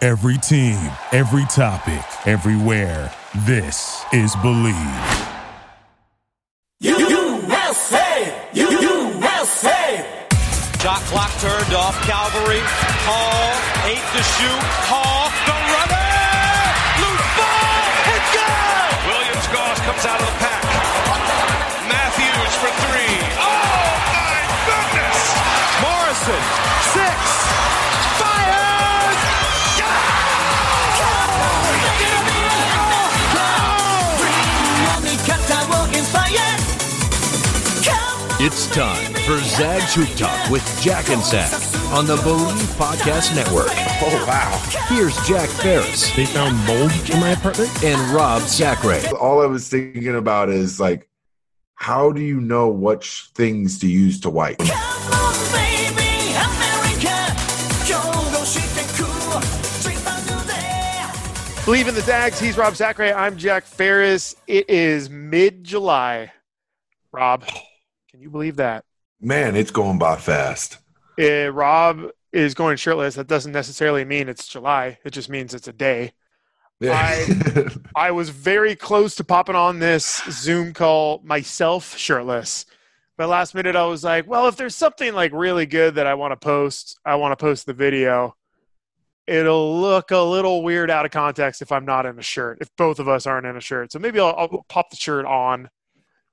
Every team, every topic, everywhere. This is Believe. USA! USA! Shot clock turned off. Calvary. Hall. Eight to shoot. Hall. The runner. Loose ball. And good. Williams Goss comes out of the pack. Matthews for three. Oh, my goodness. Morrison. Six. Fires. It's time for Zag's Hoop Talk with Jack and Zag on the Believe Podcast Network. Oh, wow. Here's Jack Ferris They found mold in my apartment. and Rob Zachary. All I was thinking about is like, how do you know which things to use to wipe? Believe in the Zags. He's Rob Zachary. I'm Jack Ferris. It is mid July. Rob, can you believe that? Man, it's going by fast. Eh, Rob is going shirtless. That doesn't necessarily mean it's July, it just means it's a day. I- I was very close to popping on this Zoom call myself shirtless. But last minute, I was like, well, if there's something like really good that I want to post, I want to post the video. It'll look a little weird out of context if I'm not in a shirt, if both of us aren't in a shirt. So maybe I'll, I'll pop the shirt on.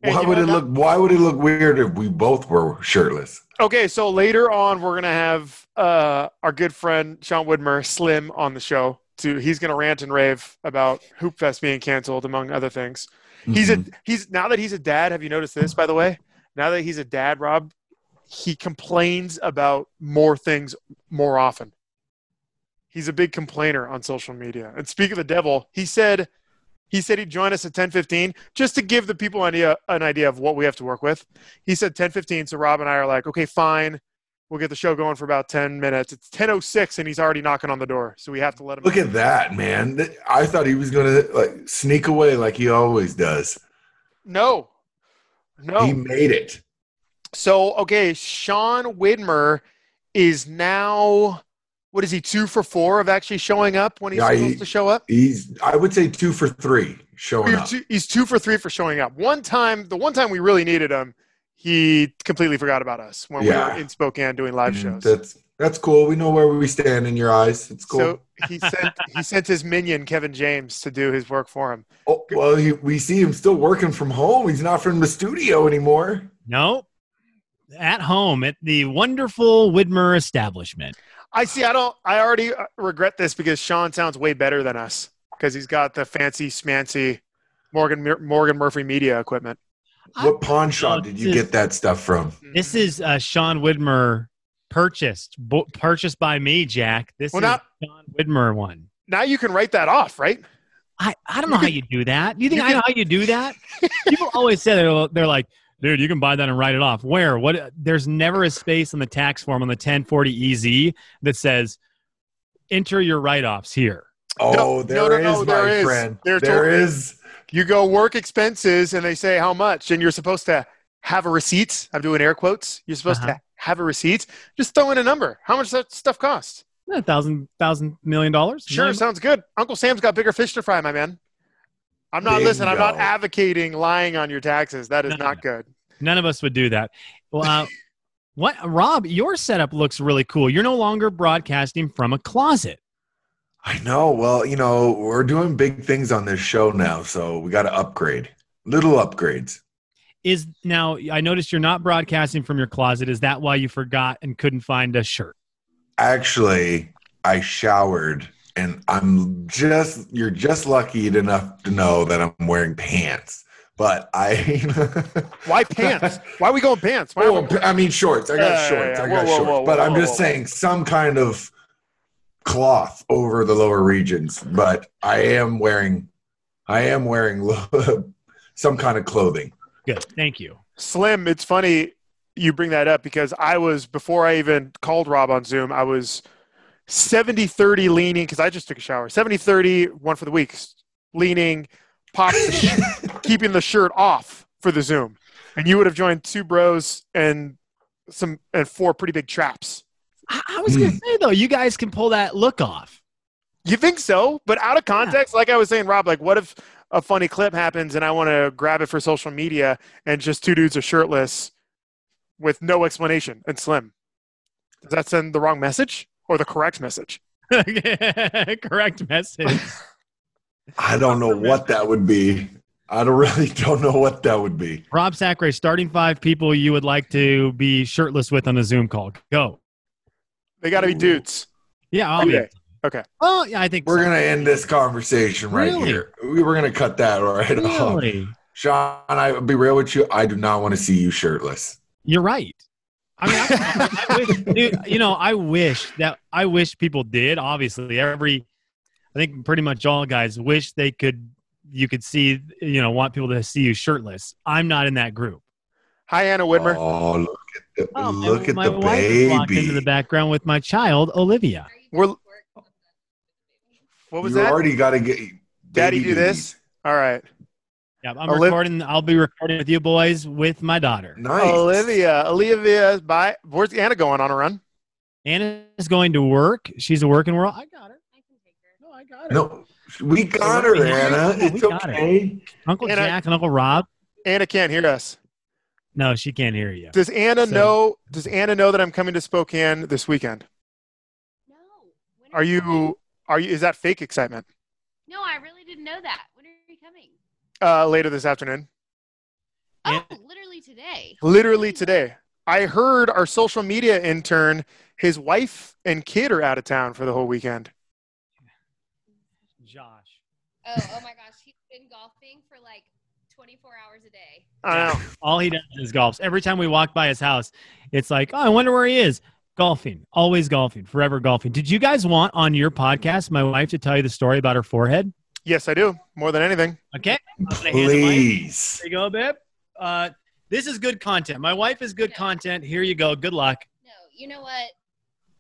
And why you would know, it no- look? Why would it look weird if we both were shirtless? Okay, so later on, we're gonna have uh, our good friend Sean Woodmer Slim on the show. To he's gonna rant and rave about Hoop Fest being canceled, among other things. He's a he's now that he's a dad. Have you noticed this, by the way? Now that he's a dad, Rob, he complains about more things more often. He's a big complainer on social media. And speak of the devil, he said he said he'd join us at ten fifteen just to give the people an idea an idea of what we have to work with he said 10:15 so Rob and I are like okay fine we'll get the show going for about 10 minutes it's 10:06 and he's already knocking on the door so we have to let him Look at that, man. Th- I thought he was gonna like sneak away like he always does. no no He made it. so okay Sean Widmer is now what is he 2 for 4 of actually showing up when he's Yeah, supposed he- to show up He's I would say two for three showing You're up. two- he's 2 for 3 for showing up one time the one time we really needed him he completely forgot about us when we Yeah. Mm, were in Spokane doing live shows That's that's cool. We know where we stand in your eyes. It's cool. So he sent he sent his minion Kevin James to do his work for him. Oh, well, he, we see him still working from home. He's not from the studio anymore. No, at home at the wonderful Widmer establishment. I see. I don't. I already uh, regret this because Sean sounds way better than us because he's got the fancy smancy Morgan Mur- Morgan Murphy media equipment. What pawn shop did you get that stuff from? This is uh, Sean Widmer purchased bo- purchased by me, Jack. This Well, is not- Sean Widmer one. Now you can write that off, right? I, I don't know how you do that. You think I know how you do that? People always say they're, they're like, dude, you can buy that and write it off. Where? What? There's never a space on the tax form on the 1040 EZ that says, enter your write offs here. Oh, there no, is, no, no, my there is. friend. There There, totally is. You go work expenses and they say how much, and you're supposed to have a receipt. I'm doing air quotes. You're supposed Uh-huh. to have a receipt. Just throw in a number. How much that stuff cost? A thousand, thousand million dollars? Sure, Million- sounds good. Uncle Sam's got bigger fish to fry, my man. I'm not. Listen, I'm not Bingo. advocating lying on your taxes. That is No, no, not good. None of us would do that. Well, uh, what, Rob? Your setup looks really cool. You're no longer broadcasting from a closet. I know. Well, you know, we're doing big things on this show now, so we got to upgrade. Little upgrades. Is now? I noticed you're not broadcasting from your closet. Is that why you forgot and couldn't find a shirt? Actually, I showered, and I'm just you're just lucky enough to know that I'm wearing pants. But I. Why pants? Why are we going pants? Why are Well, we, I mean shorts. I Yeah, got yeah, shorts. yeah. I Whoa, got whoa, shorts. whoa, but whoa, I'm whoa, just whoa. saying some kind of cloth over the lower regions. But I am wearing, I am wearing lo- some kind of clothing. Good. Thank you. Slim, it's funny you bring that up because I was, before I even called Rob on Zoom, I was 70 30 leaning because I just took a shower. 70 30, one for the week, leaning, pop, keeping the shirt off for the Zoom. And you would have joined two bros and some and four pretty big traps. Hmm. I, I was gonna say though, you guys can pull that look off. You think so? But out of context, like I was saying, Rob, like what if a funny clip happens and I want to grab it for social media and just two dudes are shirtless with no explanation and slim? Does that send the wrong message or the correct message? Correct message. I don't know what that would be. I don't really don't know what that would be. Rob Sacre, starting five people you would like to be shirtless with on a Zoom call. Go. They got to be dudes. Yeah, I'll Okay. be. Okay. Oh, yeah, I think We're so. gonna end this conversation right Really? here. We- We're gonna cut that right off. Really? Sean, I'll be real with you. I do not want to see you shirtless. You're right. I mean, I, I wish, dude, you know, I wish that I wish people did. Obviously, every I think pretty much all guys wish they could. You could see, you know, want people to see you shirtless. I'm not in that group. Hi, Anna Widmer. Oh, look at the Oh, my- look at my the wife is walking baby. into the background with my child Olivia. We're, what was you that? already got to get Daddy baby do this? All right. Yeah, I'm Oliv- recording. I'll be recording with you boys with my daughter. duties. Nice. Olivia. Olivia. Bye. Where's Anna going on a run? Anna's going to work. She's a working world. I got her. No, I got her. No, we got her, Yeah, Anna. we It's got her. okay. Uncle Anna- Jack and Uncle Rob. Anna can't hear us. No, she can't hear you. Does Anna So- know? Does Anna know that I'm coming to Spokane this weekend? No. When Are you? Are you? Is that fake excitement? No, I really didn't know that. When are you coming? Uh, later this afternoon, Yeah. Oh, literally today. literally today. I heard our social media intern, his wife and kid are out of town for the whole weekend. Josh. Oh, oh my gosh, he's been golfing for like 24 hours a day. I know. All he does is golfs. Every time we walk by his house, it's like, oh, I wonder where he is. Golfing, always golfing, forever golfing. Did you guys want on your podcast my wife to tell you the story about her forehead? Yes, I do. More than anything. Okay, I'm gonna hand the mic. Please. There you go, babe. Uh, this is good content. My wife is good content. Here you go. Good luck. No, you know what?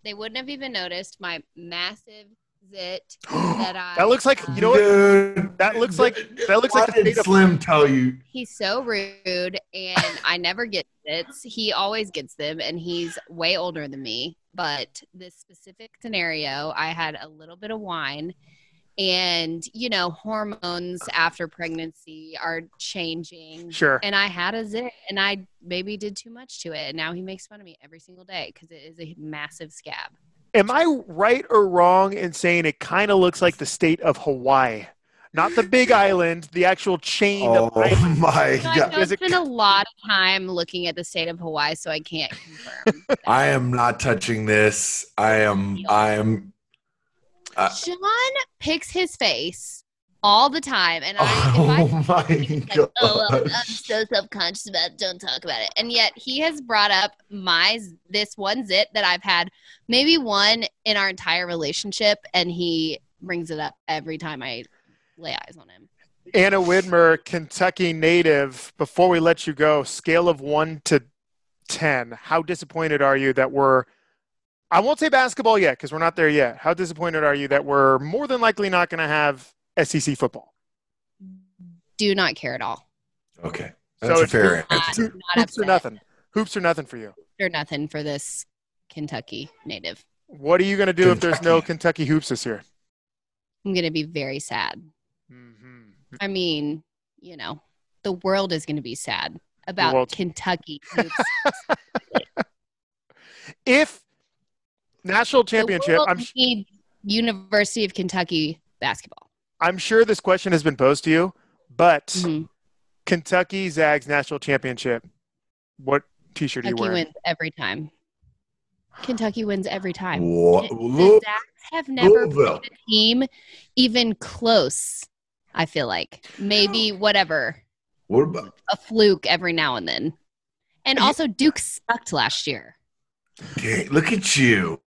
They wouldn't have even noticed my massive zit that I. That looks like- you know what? Dude, That looks like- that looks Why like the did state of- Slim tell you? He's so rude, and I never get zits. He always gets them, and he's way older than me. But this specific scenario, I had a little bit of wine, and you know, hormones after pregnancy are changing. Sure. And I had a zit, and I maybe did too much to it, and now he makes fun of me every single day because it is a massive scab. Am I right or wrong in saying it kind of looks like the state of Hawaii? Not the big island, the actual chain Oh of islands. my So god! I Is it- spent a lot of time looking at the state of Hawaii, so I can't confirm. I am not touching this. I am. I am. Uh, Sean picks his face all the time, and I, if I Oh my like, oh, well, I'm god! so self-conscious about it, don't talk about it. And yet he has brought up my z- this one zit that I've had maybe one in our entire relationship, and he brings it up every time I lay eyes on him. Anna Widmer, Kentucky native. Before we let you go, scale of one to 10, how disappointed are you that we're, I won't say basketball yet because we're not there yet. How disappointed are you that we're more than likely not going to have SEC football? Do not care at all. Okay, that's so a it's fair not- answer. Not Hoops upset or nothing. Hoops or nothing for you. or nothing for this Kentucky native. What are you going to do if there's no Kentucky hoops this year? I'm gonna be very sad. hmm I mean, you know, the world is going to be sad about world. Kentucky. hoops. If national The championship, world I'm, sh- needs University of Kentucky basketball. I'm sure this question has been posed to you, but Mhm. Kentucky Zags national championship, what t-shirt Kentucky are you wearing? wins every time. Kentucky wins every time. Wha- The look, Zags have never Louisville. played a team even close. I feel like maybe whatever what about a fluke every now and then, and also Duke sucked last year. dang, look at you?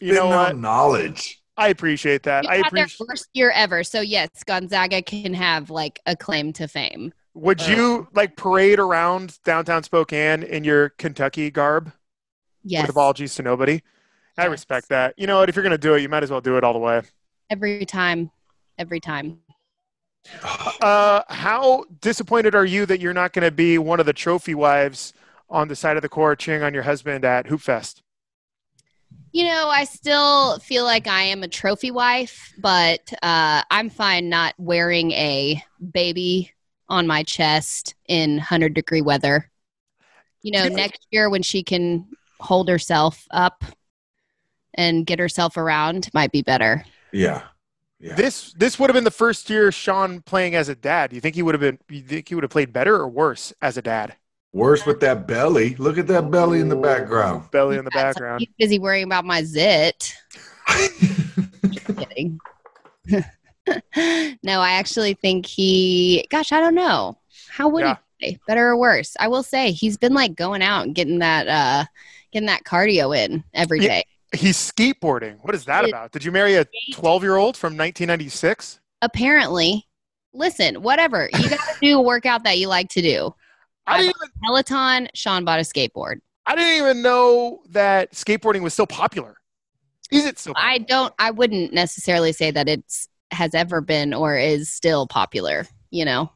You know Spitting out what? Knowledge. I appreciate that. Duke I had their appreciate. worst year ever. So yes, Gonzaga can have like a claim to fame. Would you like parade around downtown Spokane in your Kentucky garb Yes. with apologies to nobody? I Yes. respect that. You know what? If you're going to do it, you might as well do it all the way. Every time. Every time. Uh, how disappointed are you that you're not going to be one of the trophy wives on the side of the court cheering on your husband at Hoop Fest? you know, I still feel like I am a trophy wife, but uh, I'm fine not wearing a baby on my chest in 100 degree weather. You know, next year when she can hold herself up and get herself around might be better. Yeah. Yeah. This this would have been the first year Sean playing as a dad. You think he would have been? You think he would have played better or worse as a dad? Worse with that belly. Look at that belly in the background. Belly in the That's- background. He's busy worrying about my zit. Kidding. no, I actually think he. Gosh, I don't know. How would Yeah. he say? Better or worse? I will say he's been like going out and getting that, uh getting that cardio in every Yeah. day. He's skateboarding. What is that It- about? Did you marry a twelve year old from nineteen ninety six? Apparently, listen, whatever you got to do, a workout that you like to do. I I- didn't even Peloton. Sean bought a skateboard. I didn't even know that skateboarding was still popular. Is it still? I Popular? don't. I wouldn't necessarily say that it's has ever been or is still popular. You know,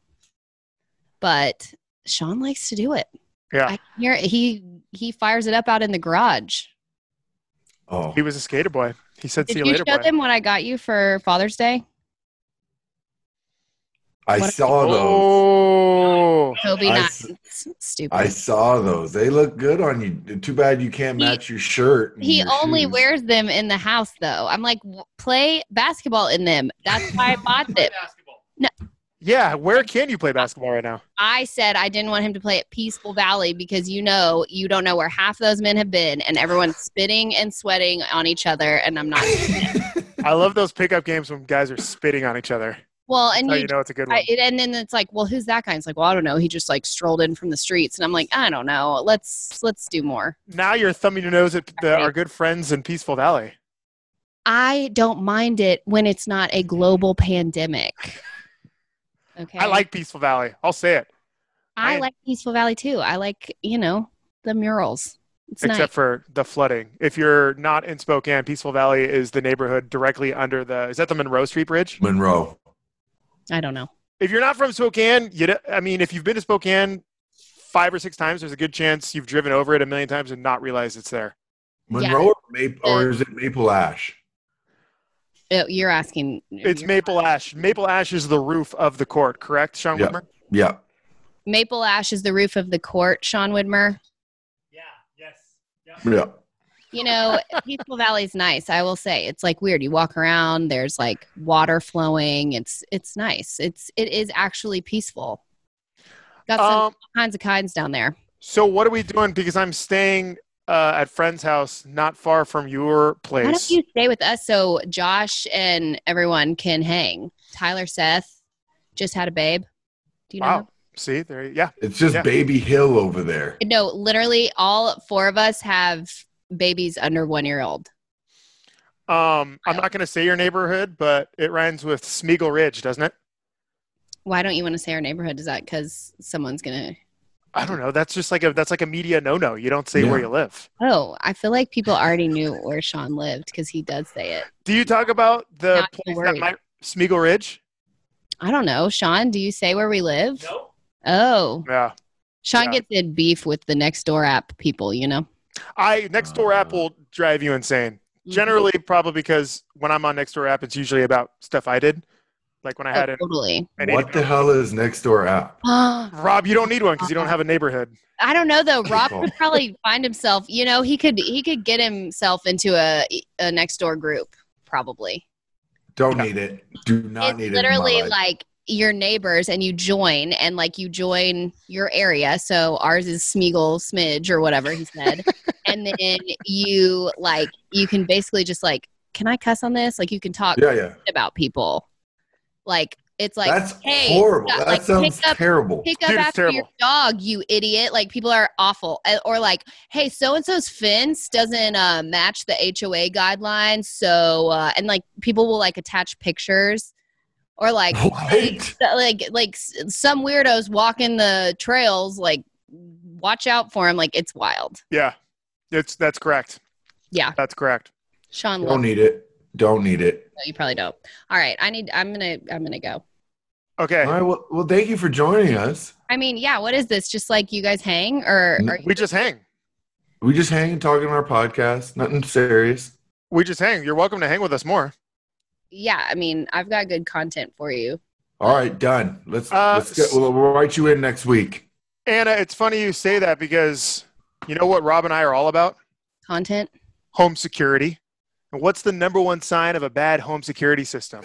but Sean likes to do it. Yeah. I can hear it. he he fires it up out in the garage. Oh, He was a skater boy. He said, "See Did you, you, later, show boy." them what I got you for Father's Day? I What- saw those. Oh, Toby, I not s- stupid. I saw those. They look good on you. Too bad you can't He- match your shirt. and he your only shoes. wears them in the house, though. I'm like, w- play basketball in them. That's why I bought them. yeah. Where can you play basketball right now? I said I didn't want him to play at Peaceful Valley because you know you don't know where half those men have been, and everyone's spitting and sweating on each other, and I'm not. I love those pickup games when guys are spitting on each other. well, and How you, you know it's a good one. I, it, and then it's like, well, who's that guy? It's like, well, I don't know. He just like strolled in from the streets, and I'm like, I don't know. Let's let's do more. Now you're thumbing your nose at the, Right. our good friends in Peaceful Valley. I don't mind it when it's not a global pandemic. Okay, I like Peaceful Valley. I'll say it. I I- like Peaceful Valley too. I like you know the murals. It's except nice. for the flooding. If you're not in Spokane, Peaceful Valley is the neighborhood directly under the. Is that the Monroe Street Bridge? Monroe. I don't know. If you're not from Spokane, you. d- I mean, if you've been to Spokane five or six times, there's a good chance you've driven over it a million times and not realized it's there. Monroe or, Maple, or is it Maple Ash? Oh, You're asking. It's you're- Maple Ash. Maple Ash is the roof of the court, correct, Sean Yeah. Whitmer? Yeah. Maple Ash is the roof of the court, Sean Widmer. Yeah. Yes. Yeah. You know, Peaceful Valley's nice, I will say. It's like weird. You walk around, there's like water flowing. It's it's nice. It's it is actually peaceful. Got some Um, kinds of kinds down there. so what are we doing? Because I'm staying uh, at friend's house, not far from your place. Why don't you stay with us so Josh and everyone can hang? Tyler Seth just had a babe. Do you know? wow. him? See there, yeah. It's just Yeah. Baby Hill over there. No, literally all four of us have babies under one year old. Um, I'm not going to say your neighborhood, but it rhymes with Smeagol Ridge, doesn't it? Why don't you want to say our neighborhood? Is that because someone's gonna I don't know. That's just like a that's like a media no-no. You don't say where Yeah. you live. Oh, I feel like people already knew where Sean lived because he does say it. Do you talk about the Not to place that worry. might Smeagol Ridge? I don't know. Sean, do you say where we live? No. Oh, Yeah. Sean Yeah. gets in beef with the next door app people, you know? I next door Uh. app will drive you insane. Mm-hmm. Generally, probably because when I'm on Nextdoor app, it's usually about stuff I did, like when I Oh, had an, totally. an what the hell is next door app? I Rob, you don't need one because Uh-huh. you don't have a neighborhood. don't know though. Rob People. could probably find himself, you know, he could he could get himself into a, e, a next door group, probably. Don't need it. Do not it's need it. in my literally life. like your neighbors and you join and like you join your area so ours is smeagol smidge or whatever he said and then you like you can basically just like can i cuss on this like you can talk yeah, yeah. about people like it's like That's hey, horrible. stop, That like, sounds pick up- terrible. pick up Dude, it's after your terrible. dog you idiot like people are awful Uh, or like hey so and so's fence doesn't uh, match the hoa guidelines so uh, and like people will like attach pictures or like what? that, like like s- some weirdos walking the trails like watch out for him like it's wild Yeah, it's that's correct. Yeah. that's correct. sean Don't loves, need it. Don't need it. no, you probably don't all right i need i'm gonna i'm gonna go Okay, All right. Well, well, thank you for joining us. i mean yeah what is this just like you guys hang or No. are you, we just hang. We just hang and talk on our podcast. Nothing serious. We just hang. You're welcome to hang with us more. Yeah, I mean, I've got good content for you. All right, done. Let's Uh, let's get, we'll, we'll write you in next week. Anna, it's funny you say that because you know what Rob and I are all about? Content? Home security. And what's the number one sign of a bad home security system?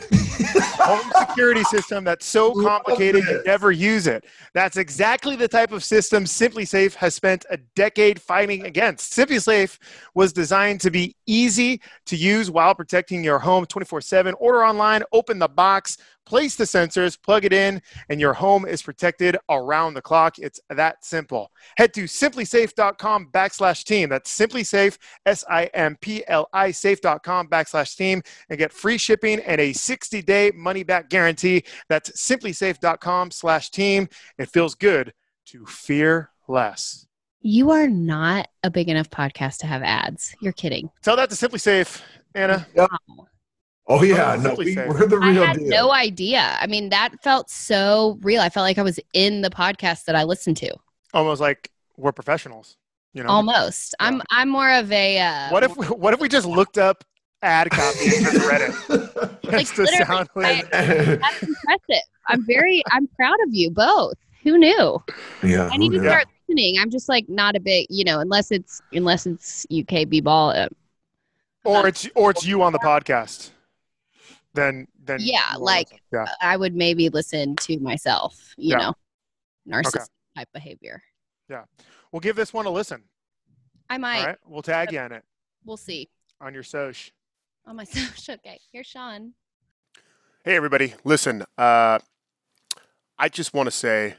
home security system that's so Love complicated you it. never use it. That's exactly the type of system Simply Safe has spent a decade fighting against. Simply Safe was designed to be easy to use while protecting your home 24/7. Order online, open the box, place the sensors, plug it in, and your home is protected around the clock. It's that simple. Head to simplysafe.com backslash team. That's simplysafe, S-I-M-P-L-I safe.com backslash team and get free shipping and a 60-day money-back guarantee. That's simplysafe.com slash team. It feels good to fear less. You are not a big enough podcast to have ads. You're kidding. Tell that to Simply Safe, Anna. Oh yeah, no, Simply we, safe. we're the I real had deal. no idea. I mean, that felt so real. I felt like I was in the podcast that I listened to. Almost like we're professionals, you know? Almost. I'm I'm more of a uh, What if what if we just looked up ad copy and just read it? Just to literally, sound I- like- that's impressive. I'm very I'm proud of you both. Who knew? yeah, I need to who start listening. I'm just like not a big, you know, unless it's unless it's UK b ball. Uh, or it's or it's you on the podcast. Then then Yeah, you are like- uh, listening. yeah. I would maybe listen to myself. You Yeah. know, narcissist Okay. type behavior. We'll give this one a listen. I might. All right, we'll tag you on it We'll see. on your soch. On my social. Okay, here's Sean. Hey everybody, listen. Uh, I just want to say,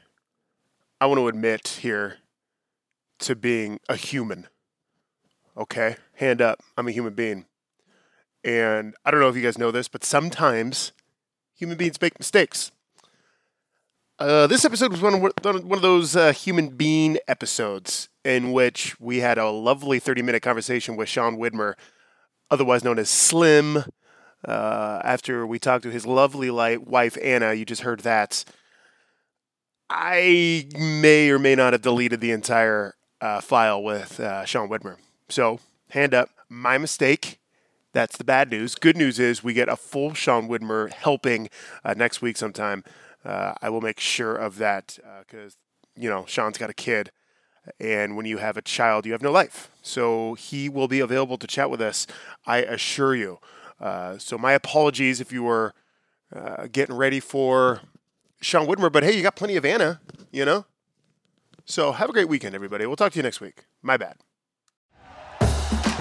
I want to admit here to being a human. Okay, hand up. I'm a human being, and I don't know if you guys know this, but sometimes human beings make mistakes. Uh, this episode was one of, one of those uh, human being episodes in which we had a lovely 30 minute conversation with Sean Widmer, otherwise known as Slim uh, after we talked to his lovely light wife Anna. You just heard that. I may or may not have deleted the entire uh, file with uh, Sean Widmer. So hand up, my mistake. That's the bad news. Good news is we get a full Sean Widmer helping uh, next week sometime. Uh, I will make sure of that because you know Sean's got a kid, and when you have a child, you have no life. So he will be available to chat with us. I assure you. Uh, so my apologies if you were uh, getting ready for Sean Whitmer, but hey, you got plenty of Anna, you know. So have a great weekend, everybody. We'll talk to you next week. My bad.